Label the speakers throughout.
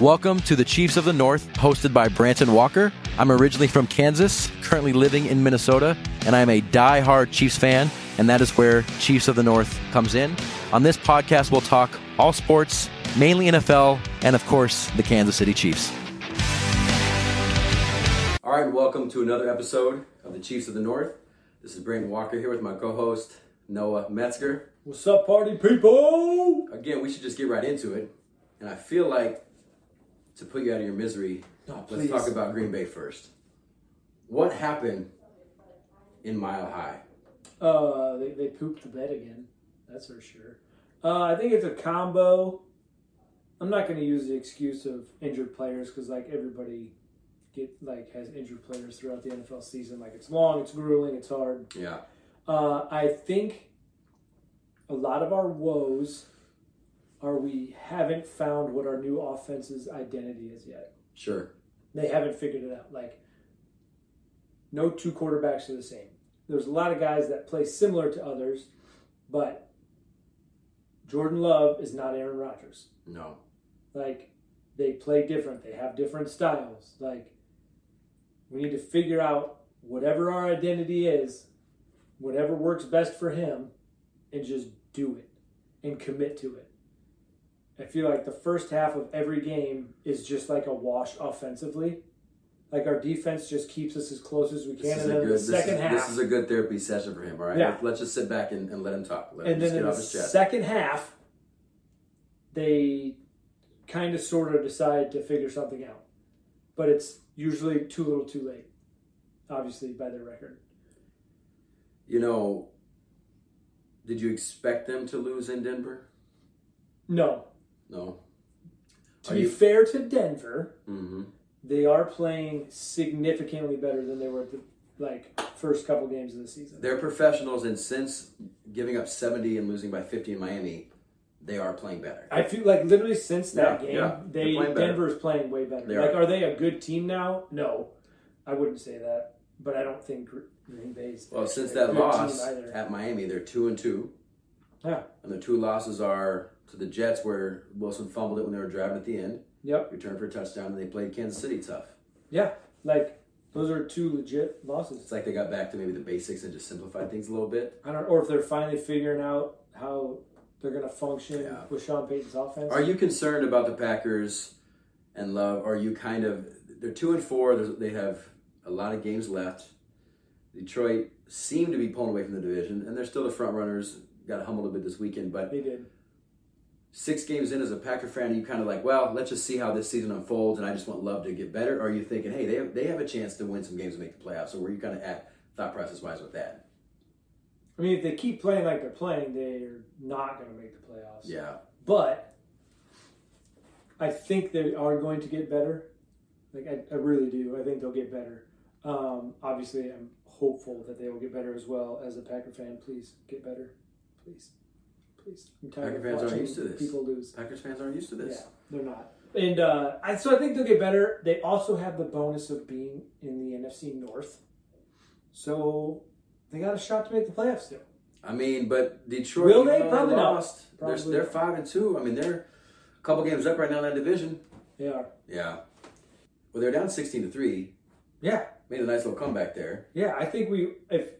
Speaker 1: Welcome to the Chiefs of the North, hosted by Branson Walker. I'm originally from Kansas, currently living in Minnesota, and I'm a die-hard Chiefs fan, and that is where Chiefs of the North comes in. On this podcast, we'll talk all sports, mainly NFL, and of course, the Kansas City Chiefs. All right, welcome to another episode of the Chiefs of the North. This is Brandon Walker here with my co-host Noah Metzger.
Speaker 2: What's up, party people?
Speaker 1: Again, we should just get right into it, and I feel like to put you out of your misery, let's
Speaker 2: please.
Speaker 1: talk about Green Bay first. What happened in Mile High?
Speaker 2: Uh, they, they pooped the bed again. That's for sure. Uh, I think it's a combo. I'm not going to use the excuse of injured players because like everybody get like has injured players throughout the NFL season. Like it's long, it's grueling, it's hard.
Speaker 1: Yeah,
Speaker 2: Uh, I think a lot of our woes are we haven't found what our new offense's identity is yet.
Speaker 1: sure.
Speaker 2: they haven't figured it out. Like, no two quarterbacks are the same. There's a lot of guys that play similar to others, but Jordan Love is not Aaron Rodgers.
Speaker 1: No.
Speaker 2: Like, they play different, they have different styles. Like, we need to figure out whatever our identity is, whatever works best for him, and just do it and commit to it. I feel like the first half of every game is just like a wash offensively. Like our defense just keeps us as close as we
Speaker 1: This
Speaker 2: can,
Speaker 1: is
Speaker 2: and
Speaker 1: a
Speaker 2: then
Speaker 1: good.
Speaker 2: the
Speaker 1: This
Speaker 2: second
Speaker 1: is,
Speaker 2: half,
Speaker 1: this is a good therapy session for him. All right.
Speaker 2: Yeah.
Speaker 1: Let's- Let's just sit back and, and let him talk. Let him
Speaker 2: and
Speaker 1: just
Speaker 2: then
Speaker 1: get
Speaker 2: in the
Speaker 1: off his chest.
Speaker 2: second half, they kind of sort of decide to figure something out, but it's usually too little, too late. Obviously, by their record,
Speaker 1: you know, did you expect them to lose in Denver?
Speaker 2: no.
Speaker 1: No.
Speaker 2: To
Speaker 1: Are
Speaker 2: be
Speaker 1: you-
Speaker 2: fair to Denver,
Speaker 1: Mm-hmm.
Speaker 2: they are playing significantly better than they were at the like first couple games of the season.
Speaker 1: They're professionals, and since giving up 70 and losing by 50 in Miami, they are playing better.
Speaker 2: I feel like literally since that
Speaker 1: Yeah,
Speaker 2: game,
Speaker 1: yeah.
Speaker 2: they
Speaker 1: They're playing better.
Speaker 2: Denver is playing way better.
Speaker 1: They
Speaker 2: like,
Speaker 1: are.
Speaker 2: are. they a good team now? No, I wouldn't say that, but I don't think Gr- Green Bay's.
Speaker 1: Well, since
Speaker 2: a
Speaker 1: that
Speaker 2: good team
Speaker 1: loss
Speaker 2: either.
Speaker 1: at Miami, they're two and two.
Speaker 2: Yeah.
Speaker 1: And the two losses are to the Jets, where Wilson fumbled it when they were driving at the end,
Speaker 2: Yep.
Speaker 1: returned for a touchdown, and they played Kansas City tough.
Speaker 2: Yeah. Like those are two legit losses.
Speaker 1: It's like they got back to maybe the basics and just simplified things a little bit.
Speaker 2: I don't, or if they're finally figuring out how they're gonna function
Speaker 1: Yeah.
Speaker 2: with Sean Payton's offense.
Speaker 1: Are you concerned about the Packers and Love? Are you kind of they're two and four? There's, they have a lot of games left. Detroit seemed to be pulling away from the division, and they're still the front runners. Got humbled a bit this weekend, but
Speaker 2: They did.
Speaker 1: six games in as a Packer fan, are you kind of like, well, let's just see how this season unfolds, and I just want Love to get better? Or are you thinking, hey, they have, they have a chance to win some games and make the playoffs? So where you kind of at thought process wise with that?
Speaker 2: I mean, if they keep playing like they're playing, they're not gonna make the playoffs.
Speaker 1: Yeah,
Speaker 2: But I think they are going to get better. Like I, I really do. I think they'll get better. Um, obviously, I'm hopeful that they will get better as well. As a Packer fan, please get better, please, please. I'm
Speaker 1: Packer
Speaker 2: tired of
Speaker 1: fans aren't
Speaker 2: watching
Speaker 1: used to this.
Speaker 2: People lose.
Speaker 1: Packers fans aren't used to this.
Speaker 2: Yeah, they're not. And uh, I, so I think they'll get better. They also have the bonus of being in the NFC North, so they got a shot to make the playoffs still.
Speaker 1: I mean, but Detroit,
Speaker 2: Will
Speaker 1: even
Speaker 2: they?
Speaker 1: though
Speaker 2: Probably not.
Speaker 1: lost,
Speaker 2: Probably
Speaker 1: They're, they're
Speaker 2: not.
Speaker 1: five and two. I mean, they're a couple games up right now in that division.
Speaker 2: They are.
Speaker 1: Yeah. Well, they're down sixteen to three.
Speaker 2: Yeah,
Speaker 1: Made a nice little comeback there.
Speaker 2: Yeah, I think we if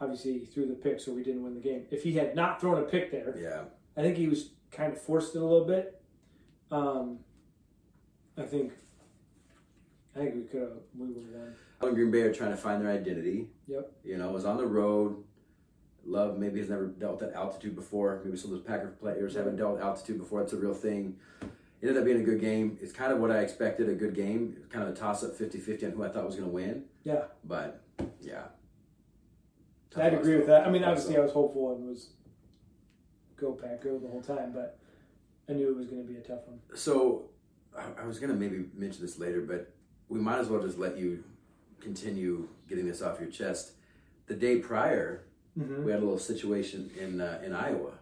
Speaker 2: obviously he threw the pick, so we didn't win the game. If he had not thrown a pick there,
Speaker 1: Yeah.
Speaker 2: I think he was kind of forced it a little bit. Um, I think I think we could have we would have won.
Speaker 1: How Green Bay are trying to find their identity.
Speaker 2: Yep.
Speaker 1: You know, it was on the road. Love maybe has never dealt with altitude before. Maybe some of those Packer players haven't dealt with altitude before. It's a real thing. It ended up being a good game. It's kind of what I expected a good game. Kind of a toss up 50 50 on who I thought was going to win.
Speaker 2: Yeah.
Speaker 1: But, yeah.
Speaker 2: I'd agree with that. I mean, obviously, I was hopeful and was go pack go the whole time, but I knew it was going to be a tough one.
Speaker 1: So, I, I was going to maybe mention this later, but we might as well just let you continue getting this off your chest. The day prior,
Speaker 2: Mm-hmm.
Speaker 1: we had a little situation in, uh, in Iowa.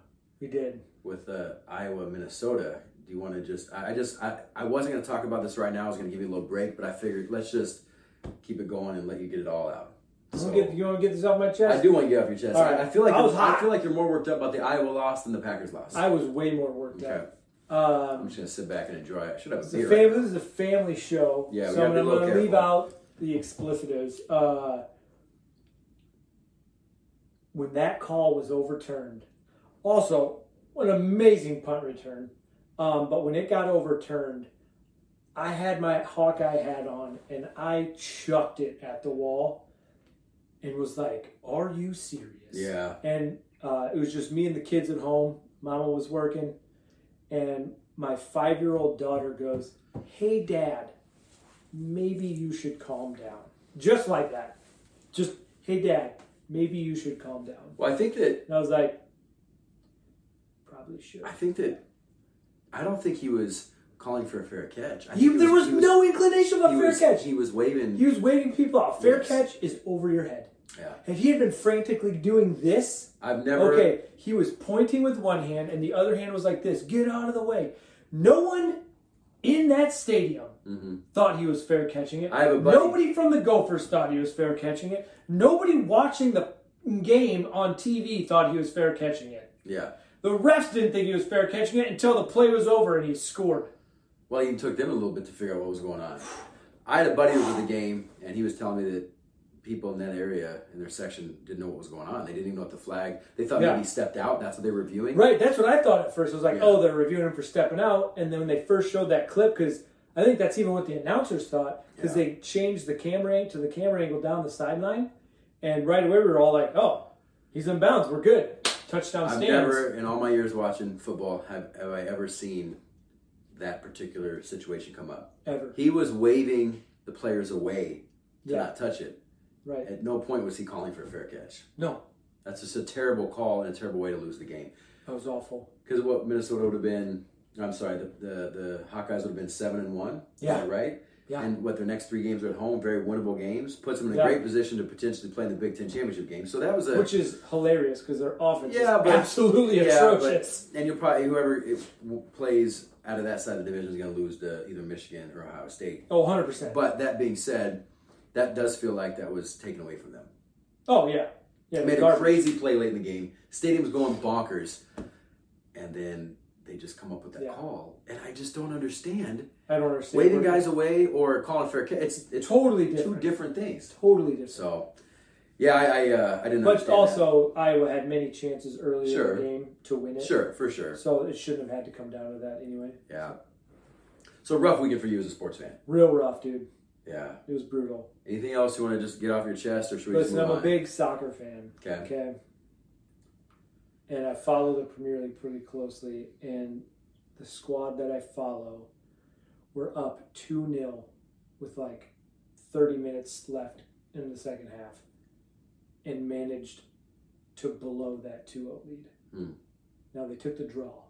Speaker 2: We did.
Speaker 1: with uh, Iowa, Minnesota. Do you want to just? I, I just I, I wasn't going to talk about this right now. I was going to give you a little break, but I figured let's just keep it going and let you get it all out.
Speaker 2: You
Speaker 1: So,
Speaker 2: wanna get- you want to get this off my chest?
Speaker 1: I do want to get off your chest.
Speaker 2: All right.
Speaker 1: I, I feel like
Speaker 2: I was
Speaker 1: you're- I
Speaker 2: hot.
Speaker 1: feel like you're more worked up about the Iowa loss than the Packers loss.
Speaker 2: I was way more worked
Speaker 1: okay.
Speaker 2: out.
Speaker 1: I'm
Speaker 2: Um,
Speaker 1: just gonna sit back and enjoy it. I should have a
Speaker 2: it's a
Speaker 1: beer.
Speaker 2: family, this is a family show,
Speaker 1: Yeah, we
Speaker 2: so
Speaker 1: gotta
Speaker 2: I'm
Speaker 1: be a
Speaker 2: going
Speaker 1: little
Speaker 2: to leave
Speaker 1: careful.
Speaker 2: out the explicitives. Uh, when that call was overturned, also what an amazing punt return. Um, but when it got overturned, I had my Hawkeye hat on and I chucked it at the wall and was like, "Are you serious?"
Speaker 1: Yeah.
Speaker 2: and uh, it was just me and the kids at home. Mama was working, and my five year old daughter goes, Hey, dad, maybe you should calm down. Just like that. Just, Hey, dad, maybe you should calm down.
Speaker 1: Well, I think that
Speaker 2: And I was like, Probably should.
Speaker 1: I think that I don't think he was calling for a fair catch. I
Speaker 2: He,
Speaker 1: think
Speaker 2: there was,
Speaker 1: he
Speaker 2: no inclination of a
Speaker 1: he
Speaker 2: fair
Speaker 1: was,
Speaker 2: catch.
Speaker 1: He was waving.
Speaker 2: He was waving people off. Fair
Speaker 1: Yes.
Speaker 2: catch is over your head.
Speaker 1: yeah.
Speaker 2: If he had been frantically doing this,
Speaker 1: I've never.
Speaker 2: Okay, he was pointing with one hand, and the other hand was like this get out of the way. No one in that stadium
Speaker 1: Mhm.
Speaker 2: thought he was fair catching it.
Speaker 1: I have a buddy-
Speaker 2: Nobody from the Gophers thought he was fair catching it. Nobody watching the game on TV thought he was fair catching it.
Speaker 1: Yeah.
Speaker 2: The refs didn't think he was fair catching it until the play was over and he scored.
Speaker 1: Well, it even took them a little bit to figure out what was going on. I had a buddy who was at the game, and he was telling me that people in that area in their section didn't know what was going on. They didn't even know what the flag. They thought
Speaker 2: Yeah.
Speaker 1: maybe he stepped out. That's what they were viewing.
Speaker 2: Right, that's what I thought at first. I was like,
Speaker 1: Yeah.
Speaker 2: oh, they're reviewing him for stepping out. And then when they first showed that clip, because I think that's even what the announcers thought, because
Speaker 1: Yeah.
Speaker 2: they changed the camera angle to the camera angle down the sideline. And right away, we were all like, oh, he's in bounds. We're good. Touchdown
Speaker 1: I've
Speaker 2: stands.
Speaker 1: never, in all my years watching football, have, have I ever seen that particular situation come up.
Speaker 2: Ever.
Speaker 1: He was waving the players away to
Speaker 2: Yeah.
Speaker 1: not touch it.
Speaker 2: Right.
Speaker 1: At no point was he calling for a fair catch.
Speaker 2: No,
Speaker 1: That's just a terrible call and a terrible way to lose the game.
Speaker 2: that was awful.
Speaker 1: Because what Minnesota would have been, I'm sorry, the, the, the Hawkeyes would have been seven and one. Is
Speaker 2: Yeah.
Speaker 1: that right?
Speaker 2: Yeah.
Speaker 1: And what their next three games are at home, very winnable games, puts them in a
Speaker 2: Yeah.
Speaker 1: great position to potentially play in the Big Ten championship game. So that was a
Speaker 2: Which is hilarious because their offense
Speaker 1: Yeah,
Speaker 2: is
Speaker 1: but-
Speaker 2: absolutely
Speaker 1: yeah,
Speaker 2: atrocious.
Speaker 1: and you'll probably whoever it w- plays out of that side of the division is going to lose to either Michigan or Ohio State.
Speaker 2: Oh, 100%.
Speaker 1: But that being said, that does feel like that was taken away from them.
Speaker 2: oh, yeah. Yeah,
Speaker 1: Made a
Speaker 2: garbage.
Speaker 1: crazy play late in the game. Stadium's going bonkers, and then they just come up with that
Speaker 2: Yeah.
Speaker 1: call, and I just don't understand.
Speaker 2: I don't understand.
Speaker 1: waving
Speaker 2: where-
Speaker 1: guys away or calling for a catch. It's it's
Speaker 2: Totally
Speaker 1: two
Speaker 2: different.
Speaker 1: different things.
Speaker 2: Totally different.
Speaker 1: So, yeah, I I, uh, I didn't.
Speaker 2: But
Speaker 1: understand
Speaker 2: also, Iowa had many chances earlier
Speaker 1: Sure.
Speaker 2: in the game to win
Speaker 1: that.
Speaker 2: it.
Speaker 1: sure, for sure,
Speaker 2: So it shouldn't have had to come down to that anyway.
Speaker 1: yeah. So rough weekend for you as a sports fan.
Speaker 2: Real rough, dude.
Speaker 1: Yeah.
Speaker 2: It was brutal.
Speaker 1: Anything else you want to just get off your chest, or should we
Speaker 2: Listen,
Speaker 1: just
Speaker 2: I'm
Speaker 1: move
Speaker 2: a
Speaker 1: on?
Speaker 2: big soccer fan.
Speaker 1: okay.
Speaker 2: Okay. And I follow the Premier League pretty closely. And the squad that I follow were up 2 0 with like 30 minutes left in the second half and managed to blow that 2 0 lead.
Speaker 1: Hmm.
Speaker 2: Now they took the draw.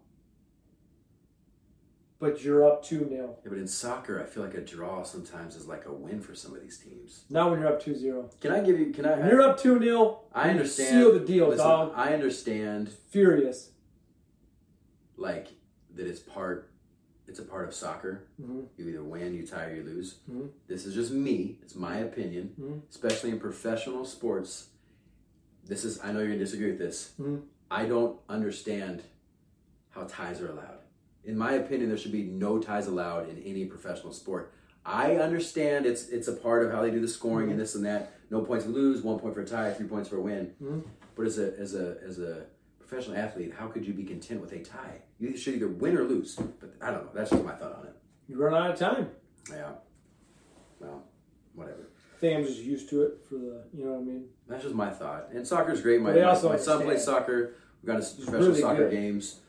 Speaker 2: But you're up 2 0.
Speaker 1: Yeah, but in soccer, I feel like a draw sometimes is like a win for some of these teams.
Speaker 2: Not when you're up 2 0.
Speaker 1: Can I give you? Can I?
Speaker 2: When you're up 2 0,
Speaker 1: I understand.
Speaker 2: Seal the deal,
Speaker 1: Listen,
Speaker 2: dog.
Speaker 1: I understand.
Speaker 2: Furious.
Speaker 1: Like that, it's part. It's a part of soccer.
Speaker 2: hmm
Speaker 1: You either win, you tie, or you lose.
Speaker 2: Mhm.
Speaker 1: This is just me. It's my opinion,
Speaker 2: Mhm.
Speaker 1: especially in professional sports. This is, I know you're going to disagree with this.
Speaker 2: Mhm.
Speaker 1: I don't understand how ties are allowed. In my opinion, there should be no ties allowed in any professional sport. I understand it's it's a part of how they do the scoring and this and that. No points to lose, one point for a tie, three points for a win.
Speaker 2: Mhm.
Speaker 1: But as a as a as a professional athlete, how could you be content with a tie? You should either win or lose. But I don't know. That's just my thought on it.
Speaker 2: You run out of time.
Speaker 1: Yeah. Well, whatever.
Speaker 2: I think I'm just used to it for the, you know what I mean?
Speaker 1: That's just my thought. And soccer's great. My,
Speaker 2: But they
Speaker 1: my,
Speaker 2: also
Speaker 1: my son
Speaker 2: understand.
Speaker 1: plays soccer. We've got his professional
Speaker 2: really
Speaker 1: soccer
Speaker 2: good.
Speaker 1: games.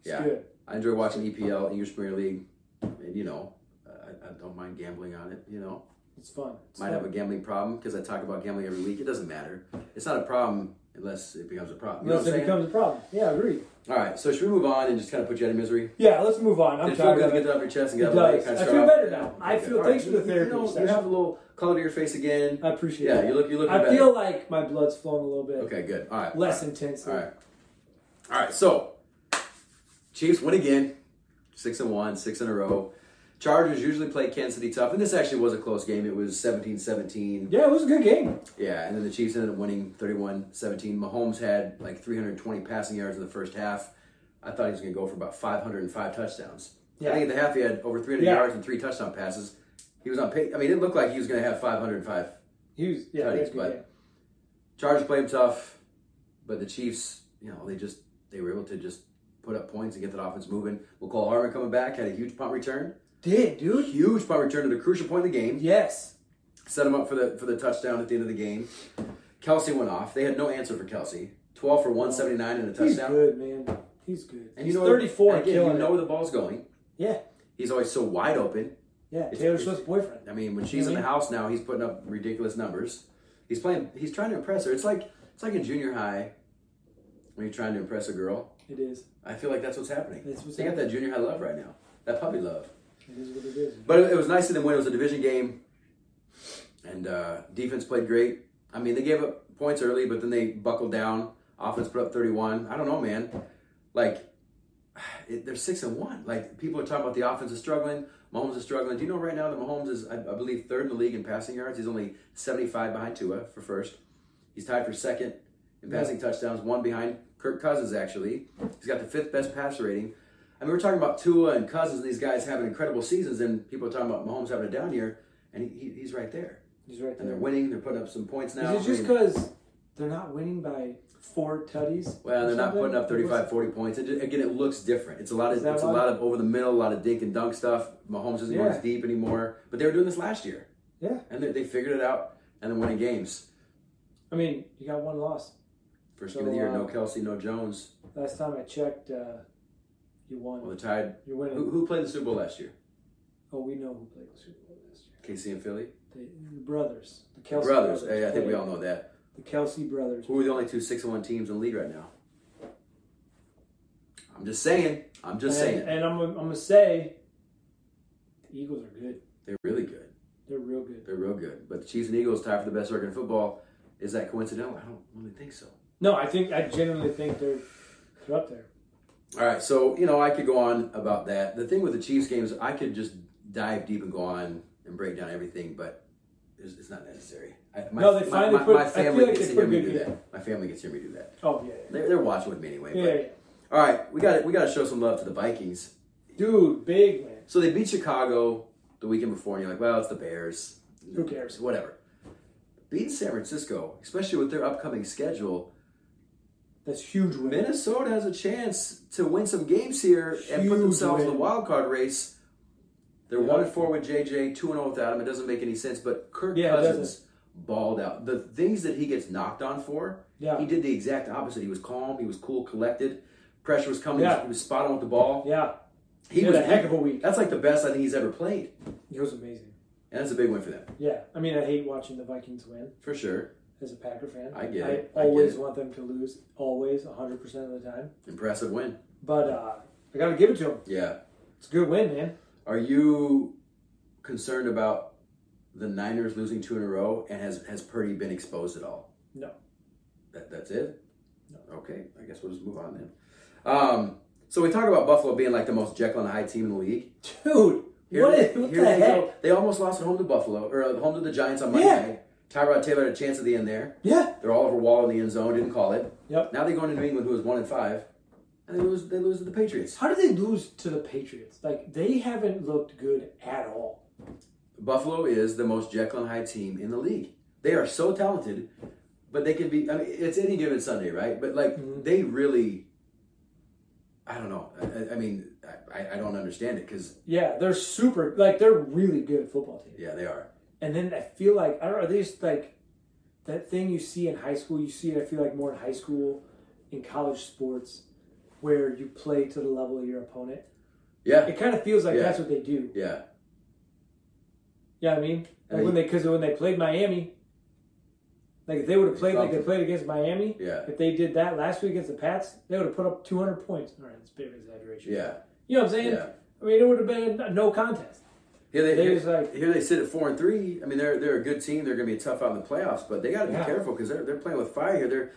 Speaker 2: It's
Speaker 1: Yeah.
Speaker 2: good.
Speaker 1: I enjoy watching EPL, English Premier League. And, you know, I, I don't mind gambling on it, you know.
Speaker 2: It's fun. It's
Speaker 1: Might
Speaker 2: fun.
Speaker 1: have a gambling problem because I talk about gambling every week. It doesn't matter. It's not a problem unless it becomes a problem. You know
Speaker 2: Unless
Speaker 1: what I'm
Speaker 2: it
Speaker 1: saying?
Speaker 2: becomes a problem. Yeah, I agree.
Speaker 1: All right, so should we move on and just kind of put you out of misery?
Speaker 2: Yeah, let's move on. I'm
Speaker 1: Did it feel
Speaker 2: tired
Speaker 1: good to
Speaker 2: of
Speaker 1: get
Speaker 2: it.
Speaker 1: that off your chest and
Speaker 2: It
Speaker 1: get out of the way?
Speaker 2: does.
Speaker 1: Kind of
Speaker 2: I
Speaker 1: start
Speaker 2: feel
Speaker 1: off-
Speaker 2: better
Speaker 1: yeah,
Speaker 2: now.
Speaker 1: okay,
Speaker 2: I
Speaker 1: good.
Speaker 2: feel-
Speaker 1: All right,
Speaker 2: thanks for the
Speaker 1: you- you
Speaker 2: therapy
Speaker 1: know, You
Speaker 2: session.
Speaker 1: have a little color to your face again.
Speaker 2: I appreciate
Speaker 1: Yeah,
Speaker 2: it.
Speaker 1: you look. You look.
Speaker 2: I
Speaker 1: better.
Speaker 2: feel like my blood's flowing a little bit.
Speaker 1: Okay, good. All right.
Speaker 2: Less intensely.
Speaker 1: All right. All right. So, Chiefs win again, six and one, six in a row. Chargers usually play Kansas City tough, and this actually was a close game. It was 17-17.
Speaker 2: Yeah, it was a good game.
Speaker 1: Yeah, and then the Chiefs ended up winning 31-17. Mahomes had like 320 passing yards in the first half. I thought he was going to go for about 505 touchdowns. I
Speaker 2: Yeah.
Speaker 1: think at the half he had over 300
Speaker 2: Yeah.
Speaker 1: yards and three touchdown passes. He was on pace. I mean, it looked like he was going to have 505.
Speaker 2: He was yeah,
Speaker 1: Tony,
Speaker 2: he had a good
Speaker 1: but-
Speaker 2: game.
Speaker 1: Chargers played him tough, but the Chiefs, you know, they just they were able to just put up points and get that offense moving. McCall Harmon coming back had a huge punt return,
Speaker 2: did dude.
Speaker 1: huge punt return at a crucial point in the game.
Speaker 2: Yes.
Speaker 1: Set him up for the for the touchdown at the end of the game. Kelsey went off. They had no answer for Kelsey. Twelve for one seventy nine and a
Speaker 2: He's
Speaker 1: touchdown.
Speaker 2: good, man. He's good.
Speaker 1: And
Speaker 2: He's
Speaker 1: you know,
Speaker 2: 34
Speaker 1: and
Speaker 2: and
Speaker 1: again,
Speaker 2: killing
Speaker 1: you
Speaker 2: it.
Speaker 1: know where the ball's going.
Speaker 2: Yeah,
Speaker 1: He's always so wide open.
Speaker 2: yeah.
Speaker 1: It's-
Speaker 2: Taylor
Speaker 1: it's-
Speaker 2: Swift's boyfriend.
Speaker 1: I mean, when she's in the
Speaker 2: Mm-hmm.
Speaker 1: house now, he's putting up ridiculous numbers. He's playing. He's trying to impress her. It's like it's like in junior high when you're trying to impress a girl.
Speaker 2: It is.
Speaker 1: I feel like that's what's happening.
Speaker 2: That's what's
Speaker 1: they got that junior high love right now. That puppy love.
Speaker 2: It is what it is.
Speaker 1: But it, it was nice of them when it was a division game, and uh, defense played great. I mean, they gave up points early, but then they buckled down. Offense put up 31. I don't know, man. Like, it, they're six and one. Like people are talking about the offense is struggling. Mahomes is struggling. Do you know right now that Mahomes is, I, I believe, third in the league in passing yards. He's only 75 behind Tua for first. He's tied for second in passing touchdowns, one behind Kirk Cousins. Actually, he's got the fifth best passer rating. I mean, we're talking about Tua and Cousins and these guys having incredible seasons, and people are talking about Mahomes having a down year, and he, he, he's right there.
Speaker 2: He's right
Speaker 1: And
Speaker 2: there.
Speaker 1: they're winning. They're putting up some points now.
Speaker 2: Is it just
Speaker 1: I mean,
Speaker 2: because they're not winning by four tutties?
Speaker 1: well, they're not
Speaker 2: Something?
Speaker 1: putting up 35, 40 points. It just, again, it looks different. It's a lot of
Speaker 2: Is that
Speaker 1: it's a
Speaker 2: why?
Speaker 1: lot of over the middle, a lot of dink and dunk stuff. Mahomes isn't going
Speaker 2: Yeah.
Speaker 1: as deep anymore, but they were doing this last year,
Speaker 2: Yeah.
Speaker 1: and they, they figured it out, and they're winning games.
Speaker 2: I mean, you got one loss.
Speaker 1: First
Speaker 2: So,
Speaker 1: game of the year, no
Speaker 2: uh,
Speaker 1: Kelsey, no Jones.
Speaker 2: Last time I checked, uh, you
Speaker 1: Well,
Speaker 2: won.
Speaker 1: they're tied.
Speaker 2: You're winning.
Speaker 1: Who, who played the Super Bowl last year?
Speaker 2: Oh, we know who played the Super Bowl last year.
Speaker 1: KC and Philly
Speaker 2: The, the brothers, the Kelsey
Speaker 1: brothers.
Speaker 2: brothers.
Speaker 1: Hey, I think we
Speaker 2: played.
Speaker 1: all know that.
Speaker 2: the Kelsey brothers.
Speaker 1: Who are the only two six and one teams in the lead right now? I'm just saying. I'm just
Speaker 2: and,
Speaker 1: saying.
Speaker 2: And I'm, I'm gonna say, the Eagles are good.
Speaker 1: They're really good.
Speaker 2: They're real good.
Speaker 1: They're real good. But the Chiefs and Eagles tied for the best record in football. Is that coincidental? I don't really think so.
Speaker 2: No, I think I genuinely think they're they're up there.
Speaker 1: All right, so you know I could go on about that. The thing with the Chiefs games, I could just dive deep and go on and break down everything, but it's, it's not necessary. I, my,
Speaker 2: No, they
Speaker 1: my-
Speaker 2: finally
Speaker 1: my,
Speaker 2: put-
Speaker 1: my
Speaker 2: I feel
Speaker 1: family
Speaker 2: like
Speaker 1: gets
Speaker 2: they
Speaker 1: to
Speaker 2: put
Speaker 1: hear me
Speaker 2: good
Speaker 1: do
Speaker 2: game.
Speaker 1: that. My family gets to hear me do that.
Speaker 2: Oh yeah,
Speaker 1: They're, they're watching with me anyway.
Speaker 2: yeah,
Speaker 1: But,
Speaker 2: yeah, yeah.
Speaker 1: All right, we got We got to show some love to the Vikings.
Speaker 2: dude, big man.
Speaker 1: So they beat Chicago the weekend before, and you're like, well, it's the Bears.
Speaker 2: Who cares?
Speaker 1: Whatever. Beating San Francisco, especially with their upcoming schedule,
Speaker 2: That's huge win.
Speaker 1: Minnesota has a chance to win some games here and put
Speaker 2: Huge
Speaker 1: themselves in the
Speaker 2: win.
Speaker 1: wild card race. They're
Speaker 2: Yeah.
Speaker 1: one and four with JJ, two and zero without him. It doesn't make any sense. But Kirk
Speaker 2: Yeah, it
Speaker 1: Cousins balled out. The things that he gets knocked on for,
Speaker 2: Yeah.
Speaker 1: he did the exact opposite. He was calm. He was cool, collected. Pressure was coming.
Speaker 2: Yeah.
Speaker 1: He was spot on with the ball.
Speaker 2: Yeah,
Speaker 1: He
Speaker 2: He
Speaker 1: was
Speaker 2: had a heck of a week.
Speaker 1: That's like the best I think he's ever played,
Speaker 2: it was amazing.
Speaker 1: and that's a big win for them
Speaker 2: Yeah, I mean, I hate watching the Vikings win
Speaker 1: for sure.
Speaker 2: as a Packer fan.
Speaker 1: I get
Speaker 2: I
Speaker 1: it. I get
Speaker 2: always
Speaker 1: it.
Speaker 2: want them to lose, always, hundred percent of the time.
Speaker 1: Impressive win.
Speaker 2: But uh, I gotta give it to them.
Speaker 1: Yeah.
Speaker 2: It's a good win, man.
Speaker 1: Are you concerned about the Niners losing two in a row, and has has Purdy been exposed at all?
Speaker 2: No.
Speaker 1: That, that's it.
Speaker 2: No.
Speaker 1: Okay, I guess we'll just move on then. Um, so we talk about Buffalo being like the most Jekyll and Hyde team in the league.
Speaker 2: Dude, what,
Speaker 1: they-
Speaker 2: is, what
Speaker 1: here
Speaker 2: the
Speaker 1: they
Speaker 2: heck?
Speaker 1: Go. They almost lost at home to Buffalo or uh, home to the Giants on Monday.
Speaker 2: Yeah.
Speaker 1: night. Tyrod Taylor had a chance at the end there.
Speaker 2: Yeah,
Speaker 1: They're all over Wall in the end zone. Didn't call it.
Speaker 2: Yep.
Speaker 1: Now they go into New England, who is one and five, and they lose. They lose to the Patriots.
Speaker 2: how did they lose to the Patriots? Like they haven't looked good at all.
Speaker 1: Buffalo is the most Jekyll and Hyde team in the league. They are so talented, but they can be. I mean, it's any given Sunday, right? But like
Speaker 2: Mhm.
Speaker 1: they really, I don't know. I, I- I mean, I, I don't understand it because
Speaker 2: Yeah, they're super. Like they're really good football team.
Speaker 1: yeah, they are.
Speaker 2: And then I feel like I don't know. They just like that thing you see in high school. You see it. I feel like more in high school, in college sports, where you play to the level of your opponent.
Speaker 1: Yeah,
Speaker 2: It kind of feels like
Speaker 1: Yeah.
Speaker 2: that's what they do.
Speaker 1: yeah,
Speaker 2: Yeah, I mean,
Speaker 1: I
Speaker 2: like
Speaker 1: mean-
Speaker 2: when they because when they played Miami, like if they would have played like they played against Miami,
Speaker 1: yeah,
Speaker 2: if they did that last week against the Pats, they would have put up 200 points. All right, it's a bit of an exaggeration.
Speaker 1: yeah,
Speaker 2: You know what I'm saying?
Speaker 1: yeah.
Speaker 2: I mean, it would have been a no contest.
Speaker 1: Here they,
Speaker 2: They
Speaker 1: here,
Speaker 2: was like-
Speaker 1: here they sit at four and three. I mean, they're they're a good team. They're going to be tough out in the playoffs, but they got to be
Speaker 2: Yeah.
Speaker 1: careful because they're they're playing with fire here. They're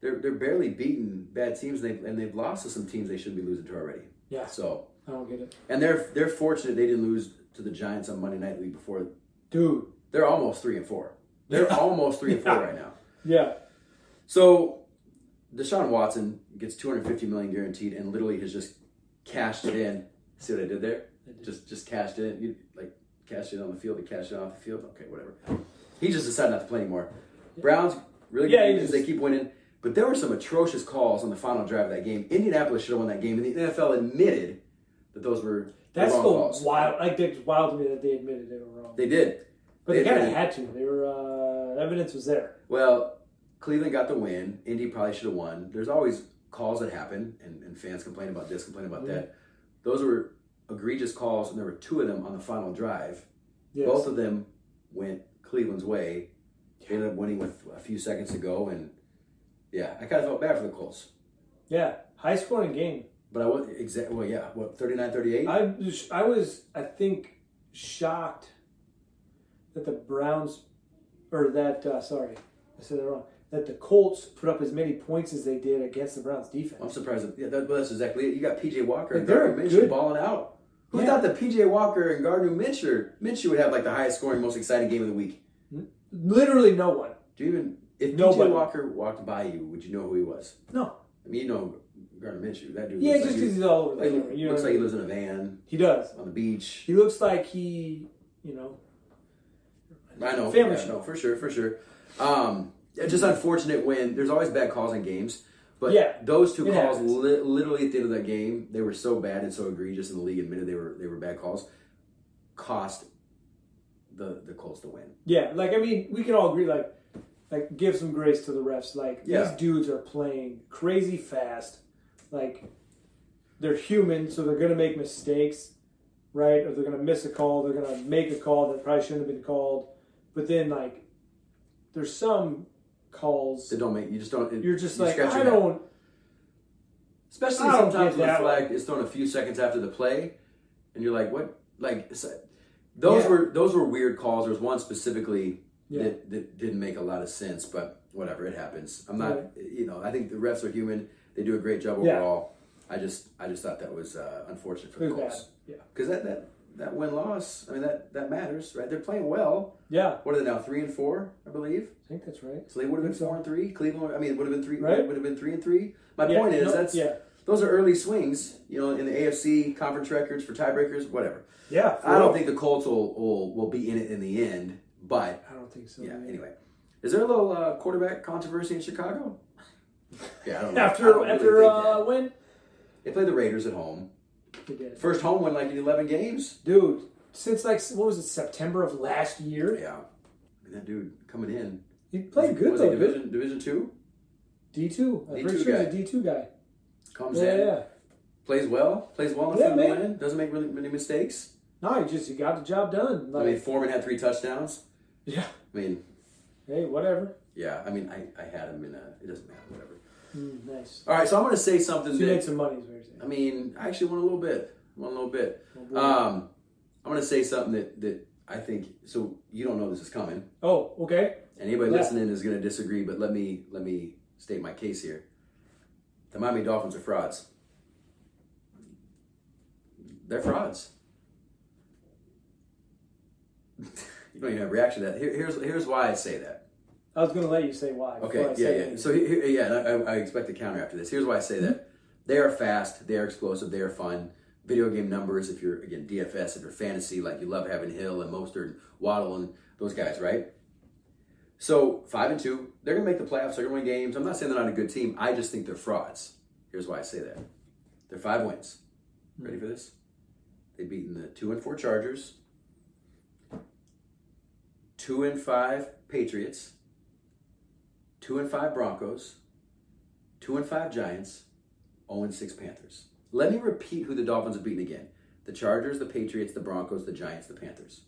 Speaker 1: they're they're barely beating bad teams, and they and they've lost to some teams they shouldn't be losing to already.
Speaker 2: Yeah.
Speaker 1: So.
Speaker 2: I don't get it.
Speaker 1: And they're they're fortunate they didn't lose to the Giants on Monday Night League before.
Speaker 2: Dude.
Speaker 1: They're almost three and four. They're almost three and four right now.
Speaker 2: Yeah.
Speaker 1: So Deshaun Watson gets 250 million guaranteed and literally has just cashed it in. See what I did there?
Speaker 2: I did.
Speaker 1: Just just cashed it in. You like cashed it on the field, but cashed it off the field. Okay, whatever. He just decided not to play anymore. Browns really good
Speaker 2: Yeah, he
Speaker 1: because they
Speaker 2: just-
Speaker 1: keep winning. But there were some atrocious calls on the final drive of that game. Indianapolis should have won that game, and the NFL admitted that those were
Speaker 2: That's
Speaker 1: the
Speaker 2: the
Speaker 1: wrong calls.
Speaker 2: wild. Like that's wild to me that they admitted they were wrong.
Speaker 1: They did.
Speaker 2: but they
Speaker 1: they
Speaker 2: kind of
Speaker 1: admitted-
Speaker 2: had to. They were uh, evidence was there.
Speaker 1: Well, Cleveland got the win. Indy probably should have won. There's always calls that happen, and, and fans complain about this, complain about
Speaker 2: Mm-hmm.
Speaker 1: that. Those were egregious calls, and there were two of them on the final drive.
Speaker 2: Yes.
Speaker 1: Both of them went Cleveland's way. They ended up winning with a few seconds to go, and yeah, I kind of felt bad for the Colts.
Speaker 2: Yeah, high scoring game.
Speaker 1: But I was exactly well, yeah. What 39, 38?
Speaker 2: I was- I was I think shocked that the Browns or that uh, sorry I said that wrong that the Colts put up as many points as they did against the Browns defense.
Speaker 1: I'm surprised. That, yeah, that, well, that's exactly it. You got PJ Walker and
Speaker 2: Like, they're
Speaker 1: Gardner
Speaker 2: a
Speaker 1: Minshew
Speaker 2: good-
Speaker 1: balling out. Who
Speaker 2: Yeah.
Speaker 1: thought that PJ Walker and Gardner Minshew Minshew would have like the highest scoring, most exciting game of the week?
Speaker 2: Literally no one.
Speaker 1: Do you even if PJ
Speaker 2: Nobody.
Speaker 1: Walker walked by you, would you know who he was?
Speaker 2: No.
Speaker 1: I mean, you know Gardner Minshew. That dude.
Speaker 2: Yeah,
Speaker 1: looks
Speaker 2: just
Speaker 1: like
Speaker 2: because
Speaker 1: he-
Speaker 2: he's all over the
Speaker 1: like,
Speaker 2: camera. You know
Speaker 1: looks
Speaker 2: what I
Speaker 1: like he lives
Speaker 2: mean?
Speaker 1: in a van
Speaker 2: he does.
Speaker 1: on the beach.
Speaker 2: He looks like he you know
Speaker 1: I know.
Speaker 2: Family
Speaker 1: yeah,
Speaker 2: show.
Speaker 1: no, for sure, for sure. Um, yeah, just unfortunate when there's always bad calls in games. But
Speaker 2: Yeah,
Speaker 1: those two
Speaker 2: it
Speaker 1: calls,
Speaker 2: happens.
Speaker 1: li- literally at the end of that game, they were so bad and so egregious, and the league admitted they were they were bad calls. Cost the the Colts to win.
Speaker 2: Yeah, like I mean, we can all agree, like, like give some grace to the refs. Like
Speaker 1: Yeah.
Speaker 2: these dudes are playing crazy fast. Like they're human, so they're gonna make mistakes, right? Or they're gonna miss a call. They're gonna make a call that probably shouldn't have been called. But then, like, there's some calls
Speaker 1: They don't make you just don't. it-
Speaker 2: you're just
Speaker 1: you
Speaker 2: like,
Speaker 1: scratch
Speaker 2: I
Speaker 1: your head.
Speaker 2: don't.
Speaker 1: Especially
Speaker 2: I don't
Speaker 1: sometimes when
Speaker 2: get
Speaker 1: the
Speaker 2: that
Speaker 1: flag is thrown a few seconds after the play, and you're like, what? Like it's- those
Speaker 2: Yeah.
Speaker 1: were those were weird calls. There was one specifically
Speaker 2: Yeah.
Speaker 1: that, that didn't make a lot of sense, but whatever, it happens. I'm not, you know, I think the refs are human. They do a great job
Speaker 2: Yeah.
Speaker 1: overall. I just, I just thought that was uh, unfortunate for
Speaker 2: It
Speaker 1: the
Speaker 2: was bad.
Speaker 1: Colts
Speaker 2: Yeah.
Speaker 1: because that that that win loss. I mean, that that matters, right? They're playing well.
Speaker 2: Yeah.
Speaker 1: What are they now? Three and four, I believe.
Speaker 2: I think that's right.
Speaker 1: So they would have been
Speaker 2: Think so.
Speaker 1: four and three. Cleveland, I mean, would have been three.
Speaker 2: Right.
Speaker 1: Would have been three and three. My
Speaker 2: Yeah,
Speaker 1: point is
Speaker 2: no,
Speaker 1: that's
Speaker 2: yeah.
Speaker 1: those are early swings, you know, in the AFC conference records for tiebreakers, whatever.
Speaker 2: Yeah.
Speaker 1: I don't think the Colts will, will will be in it in the end, but
Speaker 2: I don't think so.
Speaker 1: yeah.
Speaker 2: man.
Speaker 1: Anyway, is there a little uh, quarterback controversy in Chicago? Yeah, I don't know. I
Speaker 2: After
Speaker 1: don't really
Speaker 2: after
Speaker 1: think
Speaker 2: uh,
Speaker 1: that.
Speaker 2: when
Speaker 1: they play the Raiders at home,
Speaker 2: They did it.
Speaker 1: first home win like in eleven games.
Speaker 2: dude, since like what was it September of last year?
Speaker 1: Yeah, I mean, that dude coming in
Speaker 2: He played good
Speaker 1: was
Speaker 2: though.
Speaker 1: He division Division Two
Speaker 2: D two. I'm
Speaker 1: D2
Speaker 2: pretty sure he's
Speaker 1: guy.
Speaker 2: a D two guy.
Speaker 1: comes
Speaker 2: Yeah, yeah,
Speaker 1: in,
Speaker 2: yeah.
Speaker 1: plays well, plays well
Speaker 2: Yeah,
Speaker 1: enough the
Speaker 2: man.
Speaker 1: win, doesn't make really many mistakes.
Speaker 2: No, he just he got the job done.
Speaker 1: I
Speaker 2: Like,
Speaker 1: mean, Foreman had three touchdowns.
Speaker 2: yeah.
Speaker 1: I mean,
Speaker 2: Hey, whatever.
Speaker 1: yeah, I mean, I, I had him in a. It doesn't matter, whatever.
Speaker 2: Mm, nice.
Speaker 1: All right, so I'm gonna say something.
Speaker 2: So you made
Speaker 1: That,
Speaker 2: some money, is what you're saying.
Speaker 1: I mean, I actually won a little bit, won a little bit.
Speaker 2: Oh, boy.
Speaker 1: Um, I'm gonna say something that that I think. So you don't know this is coming,
Speaker 2: oh, okay.
Speaker 1: and anybody
Speaker 2: Yeah.
Speaker 1: listening is gonna disagree. But let me let me state my case here. The Miami Dolphins are frauds. They're frauds. you don't even have a reaction to that. Here, here's here's why I say that.
Speaker 2: I was gonna let you say why. before
Speaker 1: Okay,
Speaker 2: I
Speaker 1: yeah,
Speaker 2: say
Speaker 1: yeah.
Speaker 2: anything.
Speaker 1: So he- he- yeah, and I, I expect a counter after this. Here's why I say that: they are fast, they are explosive, they are fun. Video game numbers. If you're again DFS, if you're fantasy, like you love having Hill and Mostert and Waddle and those guys, right? So five and two, they're gonna make the playoffs. They're gonna win games. I'm not saying they're not a good team. I just think they're frauds. Here's why I say that: they're five wins. Ready for this? They've beaten the two and four Chargers, two and five Patriots, two and five Broncos, two and five Giants, 0 and six Panthers. Let me repeat who the Dolphins have beaten again: the Chargers, the Patriots, the Broncos, the Giants, the Panthers.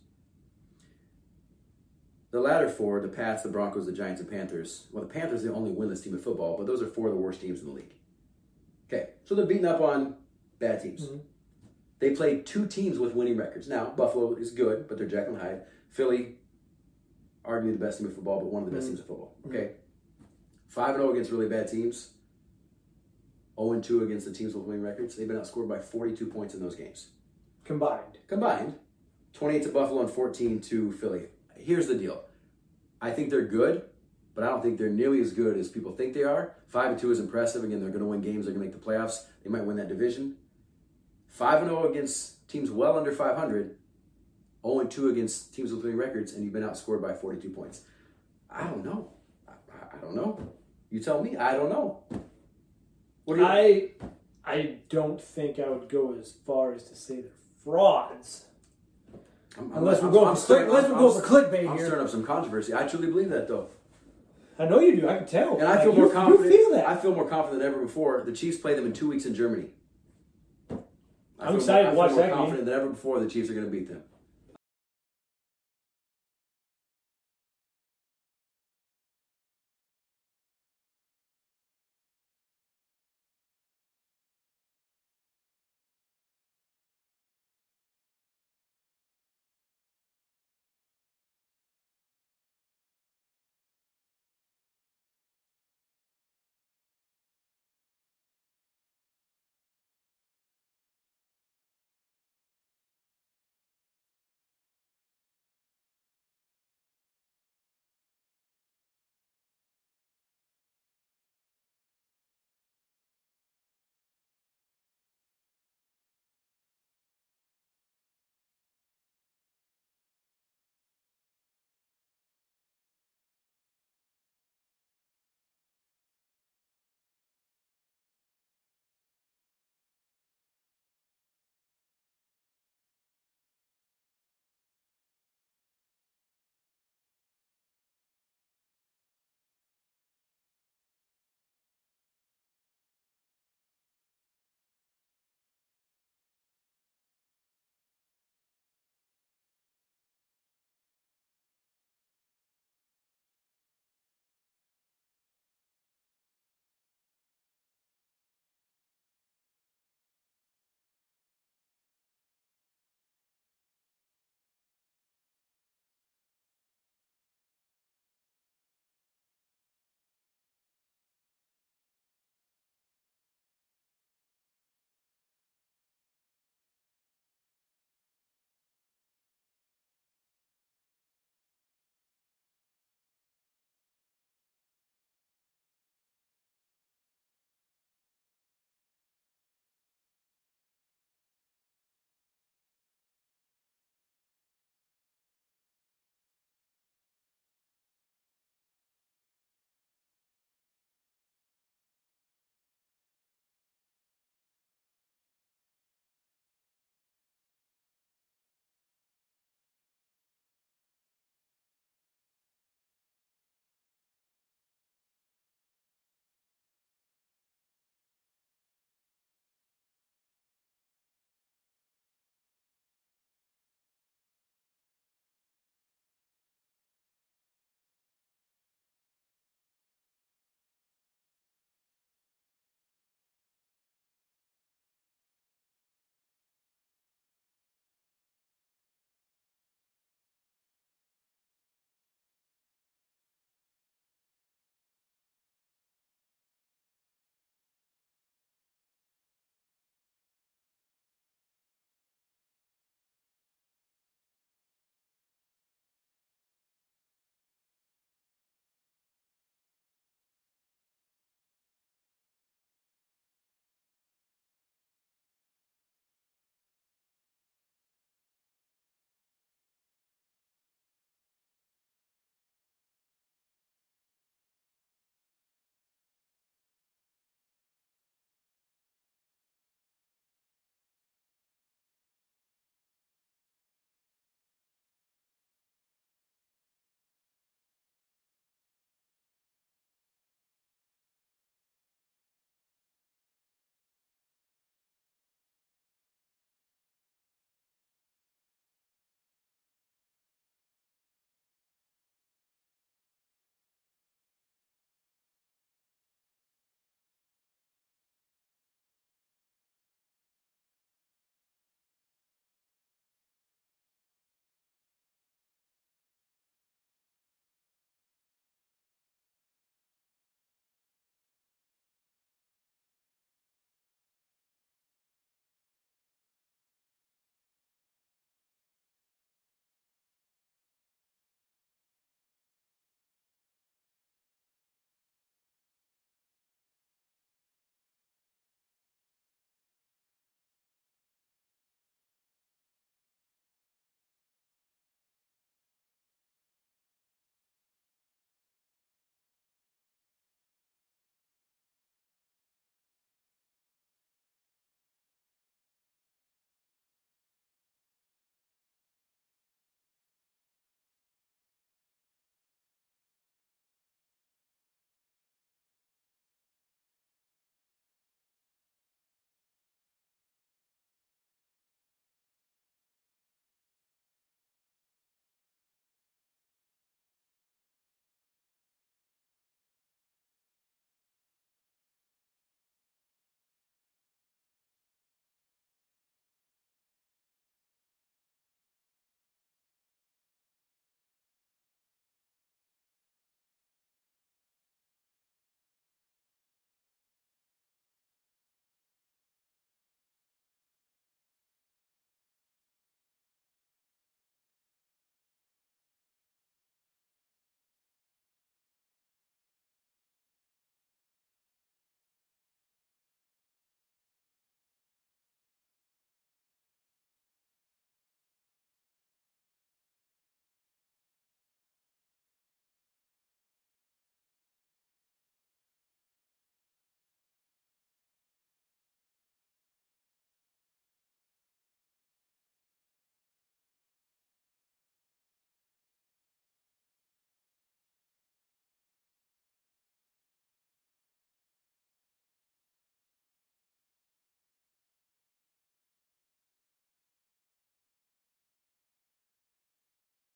Speaker 1: The latter four, the Pats, the Broncos, the Giants, and Panthers. Well, the Panthers are the only winless team in football, but those are four of the worst teams in the league. Okay, so they're beating up on bad teams.
Speaker 2: Mhm.
Speaker 1: They played two teams with winning records. Now, Buffalo is good, but they're Jack and Hyde. Philly, arguably the best team in football, but one of the best teams in football. Okay. 5 0 against really bad teams. 0 2 against the teams with winning records. They've been outscored by 42 points in those games
Speaker 2: combined.
Speaker 1: combined 28 to Buffalo and 14 to Philly. Here's the deal I think they're good. but I don't think they're nearly as good as people think they are. Five and two is impressive. Again, they're going to win games. They're going to make the playoffs. They might win that division. Five and zero against teams well under five hundred. Zero and two against teams with winning records, and you've been outscored by forty two points. I don't know. I, I- I don't know. You tell me. I don't know. What do you?
Speaker 2: I I don't think I would go as far as to say they're frauds.
Speaker 1: I'm- I'm-
Speaker 2: Unless we're
Speaker 1: I'm-
Speaker 2: going
Speaker 1: I'm
Speaker 2: for
Speaker 1: stirring-
Speaker 2: click- unless
Speaker 1: I'm-
Speaker 2: we're going
Speaker 1: I'm-
Speaker 2: for clickbait
Speaker 1: I'm
Speaker 2: here.
Speaker 1: stirring up some controversy. I truly believe that though.
Speaker 2: I know you do. I can tell.
Speaker 1: And I
Speaker 2: Like,
Speaker 1: feel
Speaker 2: you-
Speaker 1: more confident.
Speaker 2: You feel that?
Speaker 1: I feel more confident than ever before. The Chiefs play them in two weeks in Germany. I
Speaker 2: I'm
Speaker 1: feel
Speaker 2: excited
Speaker 1: more- I
Speaker 2: to watch
Speaker 1: feel more
Speaker 2: that game.
Speaker 1: confident than ever before the Chiefs are going to beat them.